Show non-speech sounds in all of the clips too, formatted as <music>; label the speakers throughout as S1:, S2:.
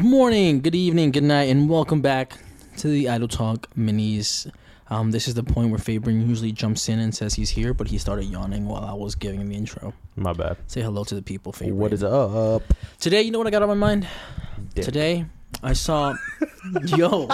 S1: morning, good evening, good night, and welcome back to the Idle Talk Minis. Um, this is the point where Fabian usually jumps in and says he's here, but he started yawning while I was giving him the intro.
S2: My bad.
S1: Say hello to the people, Fabian.
S2: What is up?
S1: Today, you know what I got on my mind?
S2: Dick.
S1: Today, I
S2: <laughs>
S1: saw. Yo.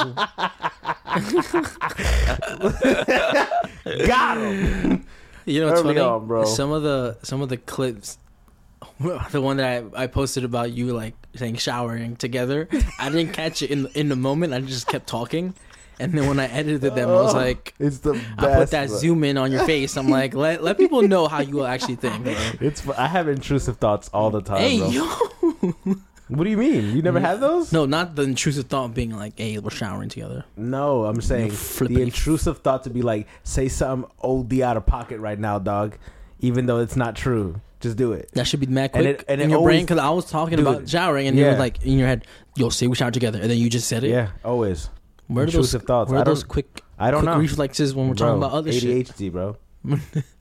S2: Got him.
S1: You know what's
S2: Early
S1: funny?
S2: on, bro.
S1: Some of the some of the clips, <laughs> the one that I, I posted about you like saying showering together, I didn't catch it in in the moment. I just kept talking, and then when I edited them, I
S2: <laughs> Oh.
S1: was like,
S2: It's the
S1: I put
S2: best.
S1: that
S2: bro.
S1: zoom in on your face. I'm like, let let people know how you actually think.
S2: <laughs>
S1: bro.
S2: It's. fu- I have intrusive thoughts all the time.
S1: Hey
S2: bro.
S1: yo,
S2: What do you mean? You never had those?
S1: no, not the intrusive thought being like, hey, we're showering together.
S2: No, I'm saying
S1: flippity-
S2: the intrusive thought to be like, say something OD out of pocket right now, dog. Even though it's not true, just do it.
S1: That should be mad quick
S2: And it- and
S1: in
S2: it
S1: your brain
S2: always-
S1: because I was talking
S2: Dude.
S1: about showering and you were
S2: Yeah.
S1: like in your head, yo, say we shower together, and then you just said it.
S2: Yeah, always.
S1: Where are those
S2: Intrusive thoughts.
S1: Where
S2: I
S1: are
S2: don't-
S1: those quick
S2: I don't
S1: quick
S2: know.
S1: reflexes when we're talking
S2: Bro,
S1: about other shit.
S2: ADHD, bro.
S1: <laughs>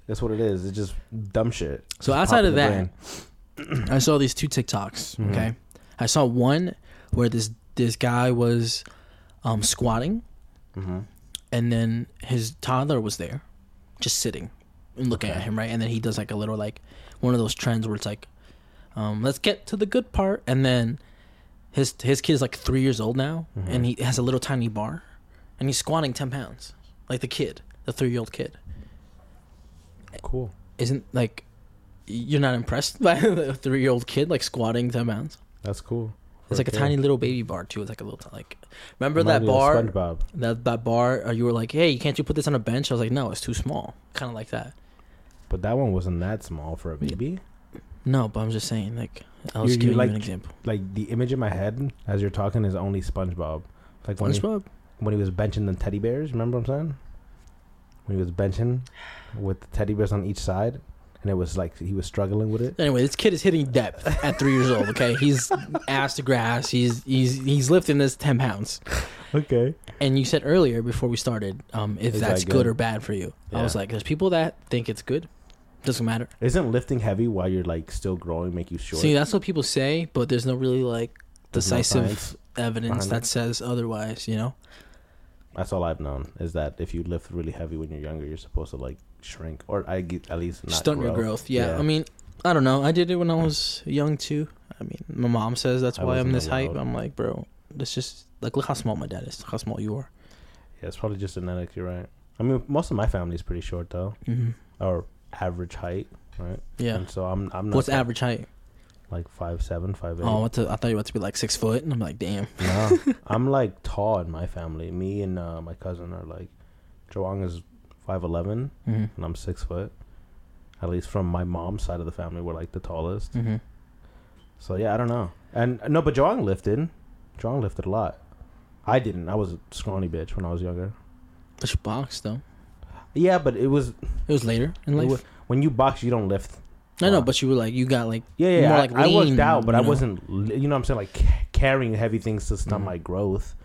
S2: That's what it is. It's just dumb shit.
S1: So
S2: Just
S1: outside
S2: pop in
S1: of
S2: the
S1: that,
S2: brain.
S1: I saw these two TikToks. Okay, I saw one where this this guy was um, squatting, and then his toddler was there, just sitting and looking at him. Right, and then he does like a little like one of those trends where it's like, um, let's get to the good part, and then his his kid is like three years old now, and he has a little tiny bar, and he's squatting ten pounds, like the kid, the three year old kid.
S2: cool.
S1: Isn't like. You're not impressed by <laughs> a three-year-old kid like squatting ten pounds.
S2: That's cool.
S1: It's like a
S2: Okay.
S1: tiny little baby bar too. It's like a little t- like remember that
S2: Reminds me of
S1: bar
S2: SpongeBob.
S1: that that bar uh, you were like, "Hey, can't you put this on a bench?" I was like, "No, it's too small." Kind of like that.
S2: But that one wasn't that small for a baby.
S1: No, but I'm just saying like I was
S2: You- you
S1: giving
S2: like-
S1: you an example.
S2: Like the image in my head as you're talking is only SpongeBob. Like when he,
S1: SpongeBob?
S2: when he was benching the teddy bears. Remember what I'm saying? When he was benching with the teddy bears on each side, and it was like he was struggling
S1: <laughs>
S2: with it.
S1: Anyway, this kid is hitting depth at three years old. Okay, he's <laughs> ass to grass. He's he's he's lifting this ten pounds.
S2: Okay.
S1: And you said earlier before we started, um, if
S2: Is
S1: that's
S2: that
S1: good?
S2: good?
S1: or bad for you. I
S2: Yeah.
S1: was like, there's people that think it's good. Doesn't matter.
S2: Isn't lifting heavy while you're like still growing make you short?
S1: See, that's what people say, but there's no really like
S2: There's no
S1: decisive
S2: science
S1: evidence
S2: behind it.
S1: that says otherwise. You know.
S2: That's all I've known is that if you lift really heavy when you're younger, you're supposed to like shrink or I get, at least not
S1: stunt your growth. Yeah. I mean, I don't know. I did it when I was young too. I mean, my mom says that's
S2: I
S1: why I'm
S2: wasn't
S1: this height.
S2: allowed.
S1: I'm like, bro, that's just like look how small my dad is. Look how small you are.
S2: yeah, it's probably just genetics. You're right. I mean, most of my family is pretty short though,
S1: hmm
S2: or average height, right?
S1: Yeah.
S2: And so I'm I'm not
S1: What's average height?
S2: like five seven, five eight.
S1: Oh, what the, I thought you were about to be like six foot, and I'm like, damn.
S2: No, <laughs> I'm like tall in my family. Me and uh, my cousin are like, Joang is five eleven
S1: hmm
S2: and I'm six foot. At least from my mom's side of the family, we're like the tallest.
S1: hmm
S2: So yeah, I don't know. And uh, no, but Joang lifted. Joang lifted a lot. I didn't. I was a scrawny bitch when I was younger.
S1: But you box though.
S2: Yeah, but it was,
S1: It was later in
S2: it
S1: life.
S2: was- when you box, you don't lift.
S1: I know, but you were like, you got like,
S2: Yeah, yeah.
S1: more
S2: I,
S1: like
S2: I
S1: lean,
S2: worked out, but
S1: you
S2: I
S1: know?
S2: wasn't. li- You know what I'm saying? Like ca- carrying heavy things to stunt
S1: Mhm.
S2: my growth.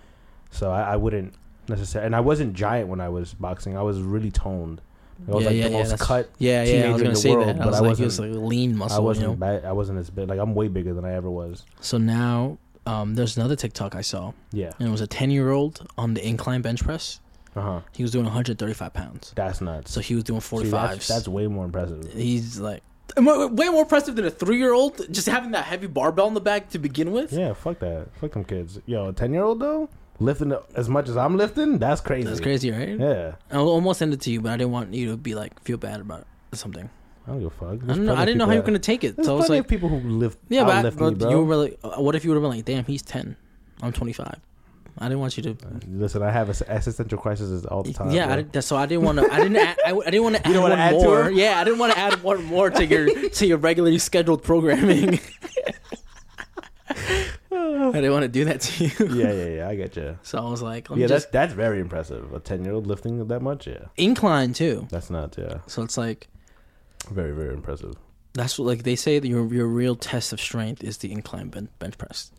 S2: So I, I wouldn't necessarily. And I wasn't giant when I was boxing. I was really toned. I was
S1: yeah,
S2: like
S1: yeah,
S2: the
S1: yeah,
S2: most
S1: that's-
S2: cut.
S1: yeah, yeah. I
S2: teenager
S1: was
S2: in
S1: gonna
S2: the
S1: say
S2: world,
S1: that. I
S2: but
S1: was
S2: I
S1: like, it was like
S2: wasn't-
S1: lean muscle.
S2: I
S1: you know?
S2: wasn't. ba- I wasn't as big. Like I'm way bigger than I ever was.
S1: So now, um, there's another TikTok I saw,
S2: Yeah.
S1: and it was a 10 year old on the incline bench press.
S2: Uh huh.
S1: He was doing 135 pounds.
S2: That's nuts.
S1: Uh-huh. So he was doing
S2: See,
S1: 45s.
S2: that's, that's way more impressive.
S1: He's like Am I way more impressive than a three year old just having that heavy barbell in the back to begin with.
S2: Yeah, fuck that. Fuck them kids. Yo, a ten year old though lifting as much as I'm lifting, that's crazy.
S1: That's crazy, right?
S2: Yeah,
S1: I almost sent it to you, but I didn't want you to be like feel bad about something.
S2: I don't give a fuck.
S1: I don't know. I didn't know how you were gonna take it.
S2: There's
S1: So I was
S2: plenty
S1: like,
S2: of people who lift.
S1: yeah, but, I,
S2: outlift me,
S1: but
S2: bro.
S1: you were like, uh, what if you would have been like, damn, he's ten, I'm 25. I didn't want you to.
S2: Listen, I have ex- existential crises all the time.
S1: yeah, I <laughs>
S2: bro.
S1: didn't, that's- so I didn't want to. I didn't. Add, I, I didn't
S2: <laughs>
S1: want to add
S2: don't
S1: one
S2: wanna add to
S1: more.
S2: it?
S1: yeah, I didn't want to add one more to your to your regularly scheduled programming. <laughs> I didn't want to do that to you. <laughs>
S2: yeah, yeah, yeah. I get you.
S1: So I was like, let me
S2: Yeah, that's
S1: just
S2: that's very impressive. A ten year old lifting that much, yeah,
S1: incline too.
S2: that's not yeah,
S1: So it's like
S2: very very impressive.
S1: that's what like they say that your your real test of strength is the incline ben- bench press.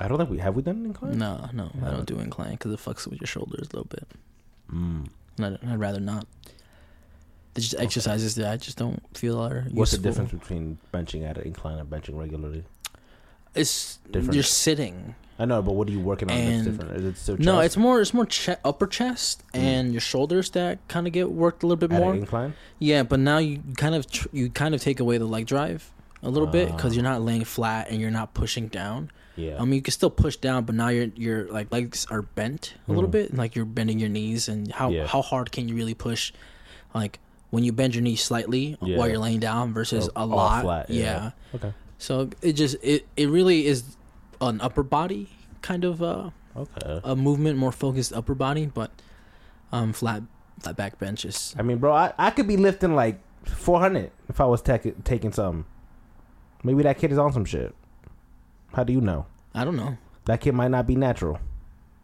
S2: I don't think we have we done an incline.
S1: No, no, I don't do incline because it fucks with your shoulders a little bit.
S2: Mm.
S1: And I don't- I'd rather not. There's just exercises that I just don't feel are
S2: What's the
S1: useful.
S2: difference between benching at an incline and benching regularly?
S1: it's
S2: Different.
S1: you're sitting.
S2: I know, but what are you working on
S1: And-
S2: that's different? Is it still
S1: No, it's
S2: chest Mm.
S1: more it's more che- upper chest and your shoulders that kind of get worked a little bit
S2: at an
S1: more.
S2: incline?
S1: Yeah, but now you kind of tr- you kind of take away the leg drive a little bit bit because you're not laying flat and you're not pushing down.
S2: Ah. Yeah.
S1: I mean, you can still push down, but now your your like legs are bent a little bit, and, like you're bending your knees. And how
S2: Mm. Yeah.
S1: how hard can you really push? Like when you bend your knees slightly
S2: Yeah.
S1: while you're laying down versus
S2: Or
S1: a
S2: Oh, all
S1: lot.
S2: flat,
S1: yeah.
S2: yeah. okay.
S1: So it just it it really is an upper body kind of uh,
S2: Okay.
S1: a movement, more focused upper body, but um flat flat back bench is
S2: I mean, bro, I, I could be lifting like 400 if I was tech- taking something. Maybe that kid is on some shit. How do you know?
S1: I don't know.
S2: That kid might not be natural.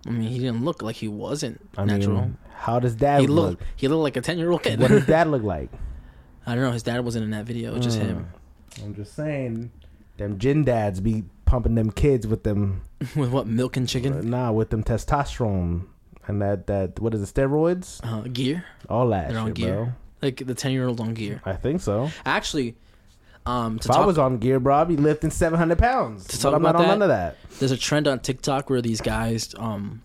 S1: I mean, he didn't look like he wasn't
S2: I
S1: natural.
S2: mean, how does dad
S1: he
S2: look?
S1: looked he looked like a ten year old kid.
S2: what does dad look like?
S1: <laughs> I don't know. His dad wasn't in that video. It was just him
S2: <laughs> I'm just saying, them gin dads be pumping them kids with them
S1: <laughs> with what milk and chicken
S2: nah with them testosterone and that that what is it steroids?
S1: uh, gear.
S2: All that
S1: They're on
S2: shit,
S1: gear.
S2: bro.
S1: Like the ten year old on gear.
S2: I think so.
S1: Actually, um, to
S2: if I
S1: talk,
S2: was on gear, bro, I'd be lifting 700 pounds.
S1: To
S2: But
S1: talk
S2: I'm not
S1: about
S2: on
S1: that-
S2: none of that.
S1: there's a trend on TikTok where these guys um,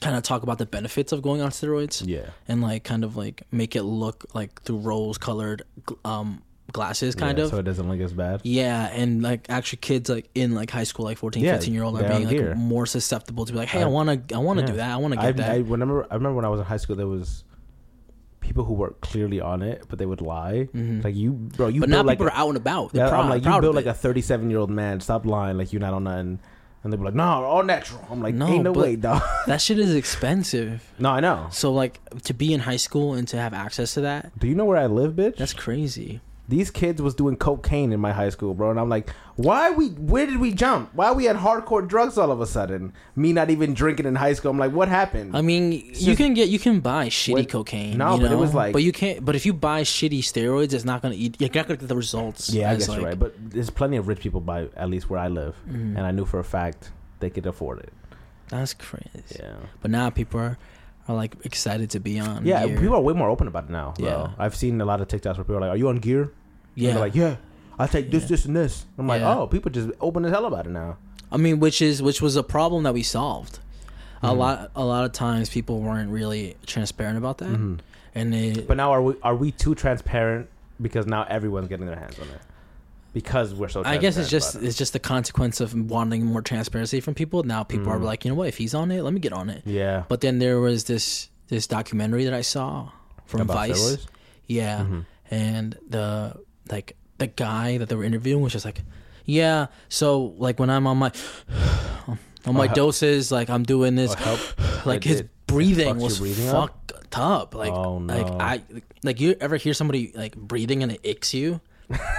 S1: kind of talk about the benefits of going on steroids.
S2: Yeah.
S1: and like kind of like make it look like through rose colored um glasses kind
S2: Yeah,
S1: of
S2: So it doesn't look as bad.
S1: yeah and like actually kids like in like high school like 14
S2: Yeah,
S1: 15 year old are
S2: they're
S1: being
S2: out
S1: like
S2: here.
S1: more susceptible to be like hey i want to i want to
S2: yeah.
S1: do that i want to get
S2: I,
S1: that
S2: I remember. I remember when I was in high school, there was people who were clearly on it, but they would lie. Like you, bro. You
S1: Mm-hmm. but now
S2: built like
S1: people
S2: a-
S1: are out and about they're
S2: yeah,
S1: proud,
S2: I'm like
S1: proud
S2: you built
S1: of
S2: like
S1: it.
S2: a 37 year old man. Stop lying. Like you're not on nothing. And they were like, "No, all natural." I'm like,
S1: No,
S2: "Ain't no
S1: but- <laughs>
S2: way, dog."
S1: that shit is expensive
S2: no, I know.
S1: so like to be in high school and to have access to that
S2: Do you know where I live, bitch?
S1: that's crazy
S2: These kids was doing cocaine in my high school, bro, and I'm like, "Why we? Where did we jump? Why we at hardcore drugs all of a sudden? Me not even drinking in high school. I'm like, what happened?
S1: I mean, you
S2: just-
S1: can get you can buy shitty
S2: What-
S1: cocaine.
S2: No,
S1: you
S2: but it
S1: know?
S2: was like-
S1: but you can't. But if you buy shitty steroids, it's not gonna. You're not gonna get the results.
S2: Yeah, I
S1: as,
S2: guess you're
S1: like, Mm-hmm.
S2: right. But there's plenty of rich people by at least where I live, and I knew for a fact they could afford it.
S1: That's crazy.
S2: Yeah,
S1: But now people are, are like excited to be on.
S2: yeah.
S1: gear.
S2: People are way more open about it now. Bro.
S1: Yeah.
S2: I've seen a lot of TikToks where people are like, "Are you on gear?" And
S1: yeah.
S2: they're like, "Yeah, I take this, this, and this." I'm like,
S1: Yeah.
S2: "Oh, people just open as hell about it now."
S1: I mean, which is which was a problem that we solved. A
S2: Mm-hmm.
S1: lot, a lot of times people weren't really transparent about that,
S2: Mm-hmm.
S1: and it,
S2: But now, are we are we too transparent? Because now everyone's getting their hands on it. Because we're so.
S1: I guess it's
S2: transparent
S1: just
S2: about it.
S1: it's just the consequence of wanting more transparency from people. Now people are like, you know what? If he's on it, let me get on it.
S2: Mm-hmm. yeah.
S1: But then there was this this documentary that I saw from
S2: About
S1: Vice.
S2: steroids? Mm-hmm.
S1: Yeah. And the like the guy that they were interviewing was just like, Yeah, so like when I'm on my <sighs> on
S2: Uh-huh.
S1: my doses, like I'm doing this
S2: help-
S1: like
S2: <laughs> it-
S1: his
S2: it- it fucks
S1: breathing
S2: your
S1: was
S2: breathing up?
S1: fucked up. Like
S2: Oh,
S1: like
S2: no.
S1: I like you ever hear somebody like breathing and it icks
S2: <laughs>
S1: you?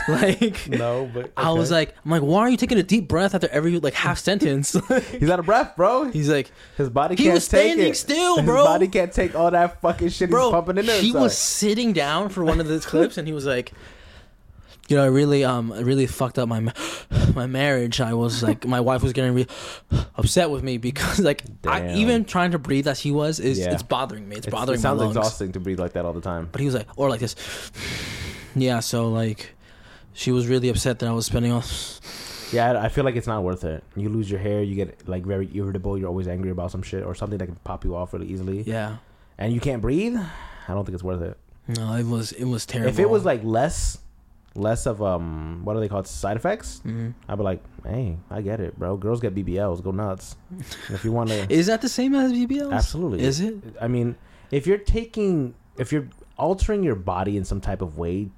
S1: like
S2: No, but
S1: <laughs> I was
S2: okay.
S1: like, I'm like, why are you taking a deep breath after every like half sentence? <laughs>
S2: he's out of breath, bro.
S1: He's like,
S2: His body
S1: He
S2: can't
S1: was
S2: take
S1: standing
S2: it.
S1: still,
S2: His
S1: bro.
S2: body can't take all that fucking shit he's pumping in there.
S1: he
S2: inside.
S1: was sitting down for one of the clips, and he was like, "You know, I really, um, I really fucked up my ma- <sighs> my marriage. I was like, my wife was getting re- <sighs> upset with me because, like, I,
S2: Damn.
S1: even trying to breathe as he was is
S2: Yeah.
S1: it's bothering me. It's,
S2: It's-
S1: bothering
S2: It sounds
S1: my lungs.
S2: exhausting to breathe like that all the time.
S1: But he was like, or like this, yeah. So like, she was really upset that I was spending all. <laughs>
S2: Yeah, I- I feel like it's not worth it. You lose your hair, you get like very irritable. You're always angry about some shit or something that can pop you off really easily,
S1: Yeah,
S2: and you can't breathe. I don't think it's worth it.
S1: no, it was it was terrible.
S2: If it was like less, less of um, what are they called? Side effects. Mm-hmm. I'd be like, hey, I get it, bro. Girls get BBLs, go nuts. And if you want to,
S1: is that the same as BBLs?
S2: absolutely.
S1: Is it?
S2: I mean, if you're taking, if you're altering your body in some type of way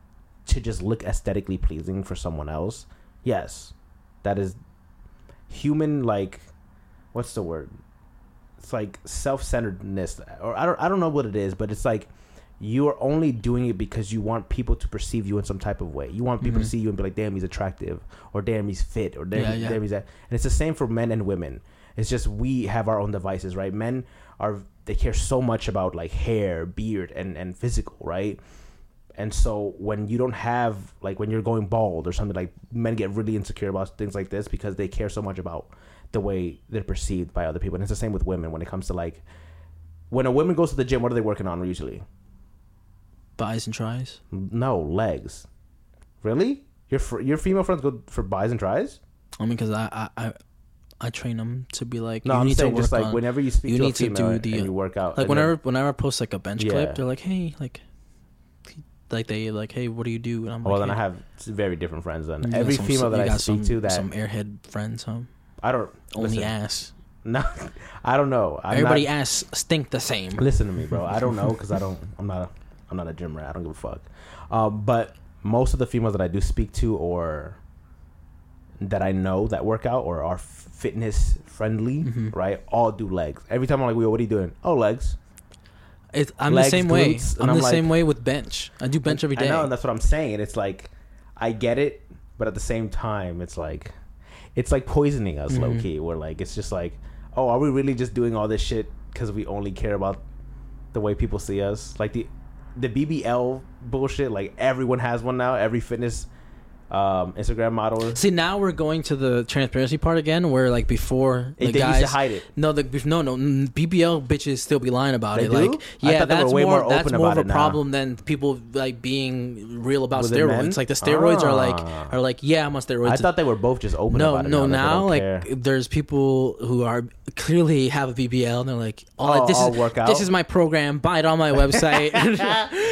S2: to just look aesthetically pleasing for someone else, yes, that is human. Like, what's the word? It's like self-centeredness, or I don't, I don't know what it is, but it's like you are only doing it because you want people to perceive you in some type of way. You want people to see you and be like, "Damn, he's attractive," or "Damn, he's fit," or "Damn,
S1: Yeah, yeah.
S2: damn he's that." And it's the same for men and women. It's just we have our own devices, right? Men are they care so much about like hair, beard, and and physical, right? And so when you don't have like when you're going bald or something like men get really insecure about things like this because they care so much about the way they're perceived by other people. And it's the same with women when it comes to like when a woman goes to the gym, what are they working on usually?
S1: Buys and tries.
S2: No legs. Really? Your fr- your female friends go for buys and tries?
S1: I mean, because I, I I I train them to be like
S2: No,
S1: you
S2: I'm
S1: need
S2: saying
S1: to work
S2: just like
S1: on
S2: whenever you speak
S1: you
S2: to a
S1: need to
S2: female
S1: do
S2: and
S1: the-
S2: you work out,
S1: like
S2: and then-
S1: whenever whenever I post like a bench
S2: Yeah.
S1: clip, they're like, hey, like like they like hey, what do you do? And I'm
S2: well,
S1: like,
S2: then I
S1: "Hey."
S2: have s- very different friends. Then
S1: You got
S2: every
S1: some-
S2: female that
S1: you
S2: I
S1: got
S2: speak
S1: some,
S2: to that
S1: some airhead friends, huh?
S2: I don't
S1: Only
S2: listen,
S1: ass.
S2: <laughs> No, I don't know. I'm
S1: Everybody
S2: not,
S1: ass stink the same.
S2: listen to me, bro. I don't know because I don't. I'm not. A, I'm not a gym rat. I don't give a fuck. Um, but most of the females that I do speak to, or that I know that work out or are fitness friendly,
S1: Mm-hmm.
S2: right? All do legs. Every time I'm like, "Yo, what are you doing?" Oh, legs.
S1: It's, I'm
S2: Legs,
S1: the same way.
S2: glutes, and
S1: I'm,
S2: I'm
S1: the
S2: like-
S1: same way with bench. I do bench every
S2: I
S1: day.
S2: know, and that's what I'm saying. It's like I get it, but at the same time, it's like it's like poisoning us,
S1: Mm-hmm.
S2: low key. We're like, it's just like, oh, are we really just doing all this shit because we only care about the way people see us? Like the the BBL bullshit. Like everyone has one now. Every fitness um, Instagram model.
S1: See, now we're going to the transparency part again, where like before
S2: They-
S1: the
S2: they used
S1: guys
S2: to hide it.
S1: No, the bef- no, no. mm, BBL bitches still be lying about
S2: They
S1: it.
S2: do?
S1: Like,
S2: I
S1: yeah,
S2: thought they were
S1: that's
S2: way
S1: more,
S2: more
S1: that's
S2: open
S1: more
S2: about
S1: of a
S2: it now.
S1: problem than people like being real about
S2: Was it men?
S1: steroids. Like the steroids are like
S2: Ah.
S1: are like yeah, I'm on steroids.
S2: I thought they were both just open.
S1: no,
S2: about it
S1: no. Now,
S2: that
S1: like,
S2: they don't care.
S1: there's people who are clearly have a BBL, and they're like, "Oh,
S2: Oh,
S1: this
S2: I'll
S1: is
S2: work out?
S1: this is my program. Buy it on
S2: <laughs>
S1: my website." <laughs>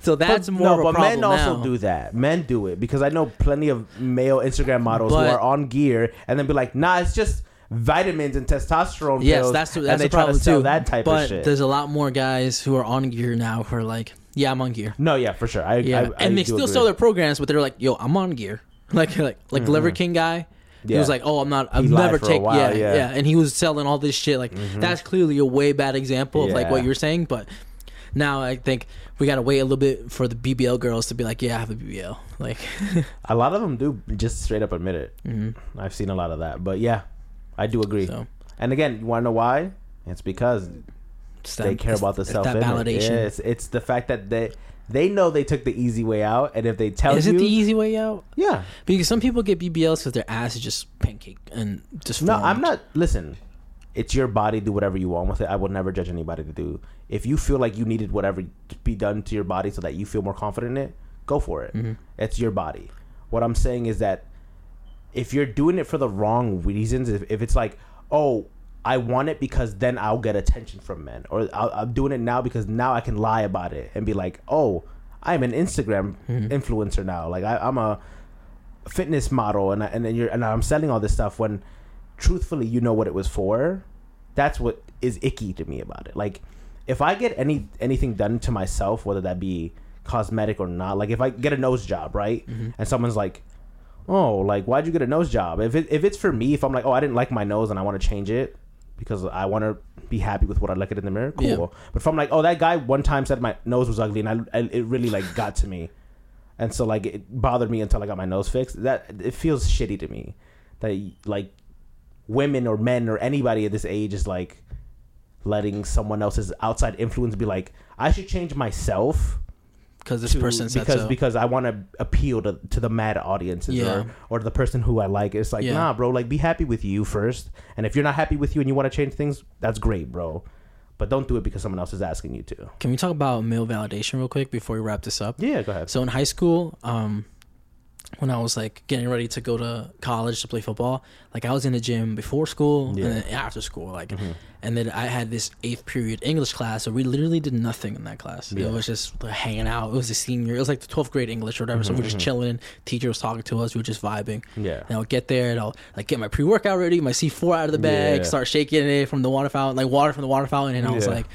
S1: so that's
S2: But-
S1: more of a
S2: but
S1: problem
S2: men also
S1: now.
S2: do that. Men do it because I know plenty of male Instagram models who
S1: But-
S2: are on gear and then be like, "Nah, it's just vitamins and testosterone
S1: Yes,
S2: pills."
S1: that's the,
S2: and
S1: that's
S2: they
S1: the
S2: try to
S1: problem
S2: sell
S1: too.
S2: That type
S1: but
S2: of shit.
S1: there's a lot more guys who are on gear now who are like, "Yeah, I'm on gear."
S2: No, yeah, for sure. I,
S1: Yeah,
S2: I, I
S1: and they
S2: do
S1: still
S2: agree.
S1: sell their programs, but they're like, "Yo, I'm on gear." <laughs> Like, like, like Liver King guy. He
S2: Mm-hmm. Yeah.
S1: was like, "Oh, I'm not. I've
S2: lied
S1: never
S2: for a
S1: taken.
S2: while,
S1: Yeah,
S2: yeah. Mm-hmm.
S1: yeah, And he was selling all this shit. Like, that's clearly a way bad example of like
S2: Yeah.
S1: what you were saying. But now I think we gotta wait a little bit for the BBL girls to be like, "Yeah, I have a BBL." <laughs> Like,
S2: A lot of them do just straight up admit it. Mm-hmm. I've seen a lot of that, but yeah, I do agree.
S1: so
S2: And again, you want to know why? It's because
S1: it's
S2: they
S1: that-
S2: care
S1: it's-
S2: about the
S1: it's
S2: self
S1: that validation.
S2: It's, it's the fact that they they know they took the easy way out, and if they tell
S1: Is
S2: you,
S1: it the e- easy way out?
S2: yeah,
S1: Because some people get BBLs because their ass is just pancake and just.
S2: No, I'm not. Listen, it's your body. Do whatever you want with it. I will never judge anybody to do. If you feel like you needed whatever to be done to your body so that you feel more confident in it, go for it. It's your body. What I'm saying is that if you're doing it for the wrong reasons, if, if it's like, oh, I want it because then I'll get attention from men, or I'll, I'm doing it now because now I can lie about it and be like, oh, I'm an Instagram influencer now. Like I, I'm a fitness model and I- and then you're and I'm selling all this stuff when truthfully you know what it was for that's what is icky to me about it like if I get any anything done to myself whether that be cosmetic or not like if I get a nose job right and someone's like oh like why'd you get a nose job if it, if it's for me if I'm like oh I didn't like my nose and I want to change it because I want to be happy with what I look at in the mirror cool
S1: Yeah.
S2: but if I'm like oh that guy one time said my nose was ugly and I, I it really like got to me and so like it bothered me until I got my nose fixed. That it feels shitty to me that like women or men or anybody at this age is like letting someone else's outside influence be like I should change myself
S1: because this
S2: to,
S1: person said
S2: because
S1: so.
S2: because I want to appeal to, to the mad audiences
S1: Yeah.
S2: or or the person who I like. It's like
S1: Yeah.
S2: nah, bro. Like be happy with you first, and if you're not happy with you and you want to change things, that's great, bro. But don't do it because someone else is asking you to.
S1: Can we talk about male validation real quick before we wrap this up?
S2: Yeah, go ahead.
S1: So in high school, um, when I was like getting ready to go to college to play football, like I was in the gym before school
S2: Yeah. Mm-hmm.
S1: and then after school, like, and then I had this eighth period English class, so we literally did nothing in that class.
S2: Yeah.
S1: It was just like, hanging out. It was a senior. It was like the twelfth grade English or whatever. so we we're just chilling. Teacher was talking to us. We were just vibing.
S2: Mm-hmm. Yeah.
S1: And I'll get there and I'll like get my pre workout ready, my C four out of the bag,
S2: Yeah.
S1: start shaking it from the water fountain, like water from the water fountain, and I was
S2: Yeah.
S1: like.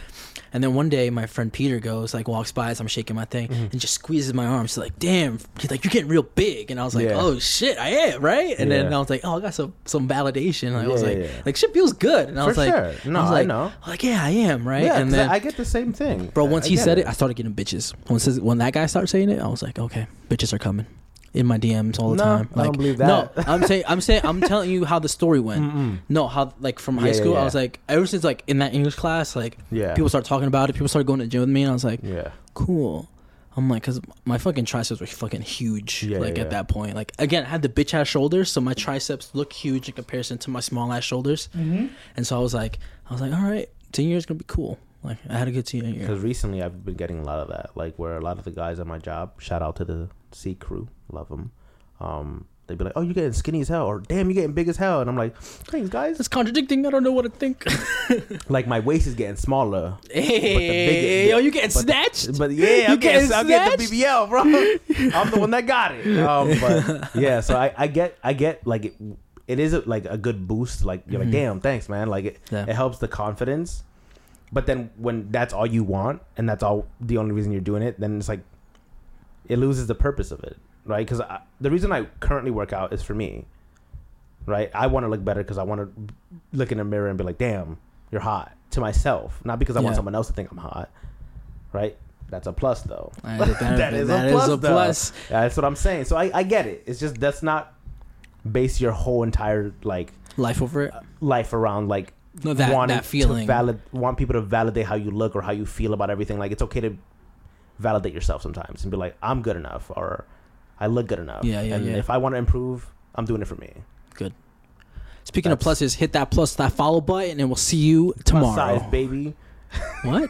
S1: And then one day, my friend Peter goes, like, walks by as I'm shaking my thing
S2: Mm-hmm.
S1: and just squeezes my arm. She's like, damn, he's like, you're getting real big. And I was like,
S2: Yeah.
S1: oh shit, I am, right? And then
S2: Yeah.
S1: I was like, oh, I got some, some validation. I was
S2: Yeah,
S1: like,
S2: yeah.
S1: like, shit feels good. And I
S2: For
S1: was like,
S2: sure. No,
S1: I, was
S2: I
S1: like
S2: know.
S1: Like, yeah, I am, right?
S2: yeah,
S1: and
S2: 'cause
S1: then,
S2: I get the same thing,
S1: bro, once
S2: I
S1: he
S2: get
S1: said it. I started getting bitches. Once his, when that guy started saying it, I was like, okay, bitches are coming. In my DMs all the
S2: No,
S1: time.
S2: I don't
S1: Like,
S2: believe
S1: No,
S2: that.
S1: I'm saying, I'm saying,
S2: <laughs>
S1: I'm telling you how the story went. No, how like from high
S2: Yeah, yeah,
S1: school,
S2: yeah.
S1: I was like, ever since like in that English class, like
S2: Yeah.
S1: people started talking about it. People started going to the gym with me, and I was like,
S2: yeah.
S1: cool. I'm like, cause my fucking triceps were fucking huge.
S2: Yeah,
S1: like
S2: yeah,
S1: at
S2: yeah.
S1: that point, like again, I had the bitch ass shoulders, so my triceps look huge in comparison to my small ass shoulders. Mm-hmm. And so I was like, I was like, all right, ten years gonna be cool. Like I had a good ten year.
S2: <laughs> Because recently I've been getting a lot of that, like where a lot of the guys at my job, shout out to the C crew, love them. Um, They'd be like, "Oh, you're getting skinny as hell," or "Damn, you're getting big as hell," and I'm like, "Thanks, guys." <laughs>
S1: It's contradicting. I don't know what to think. <laughs>
S2: Like my waist is getting smaller.
S1: hey,
S2: big-
S1: yo, you getting
S2: but-
S1: snatched?
S2: But yeah, I'm
S1: You
S2: getting,
S1: getting
S2: I'm getting
S1: snatched?
S2: the
S1: <laughs>
S2: BBL, bro. I'm the one that got it. Um, but yeah, so I, I get I get like it, it is like a good boost. Like you're like, damn, thanks, man. Like it,
S1: Mm-hmm. Yeah.
S2: it helps the confidence. But then when that's all you want and that's all the only reason you're doing it, then it's like it loses the purpose of it, right? Because the reason I currently work out is for me, right? I want to look better because I want to look in the mirror and be like, damn, you're hot to myself, not because I want
S1: Yeah.
S2: someone else to think I'm hot, right? That's a plus though.
S1: All right, <laughs> that- that is a
S2: though.
S1: plus.
S2: That's what I'm saying. So I, I get it. It's just that's not base your whole entire like
S1: Life over it.
S2: life around like
S1: No, that-
S2: wanting
S1: that feeling.
S2: To valid, want people to validate how you look or how you feel about everything. Like it's okay to validate yourself sometimes and be like, I'm good enough or I look good enough.
S1: Yeah, yeah,
S2: And
S1: yeah.
S2: if I want to improve, I'm doing it for me.
S1: Good. Speaking
S2: That's- <laughs>
S1: of pluses, hit that plus that follow button, and we'll see you
S2: My
S1: tomorrow.
S2: size, baby.
S1: What?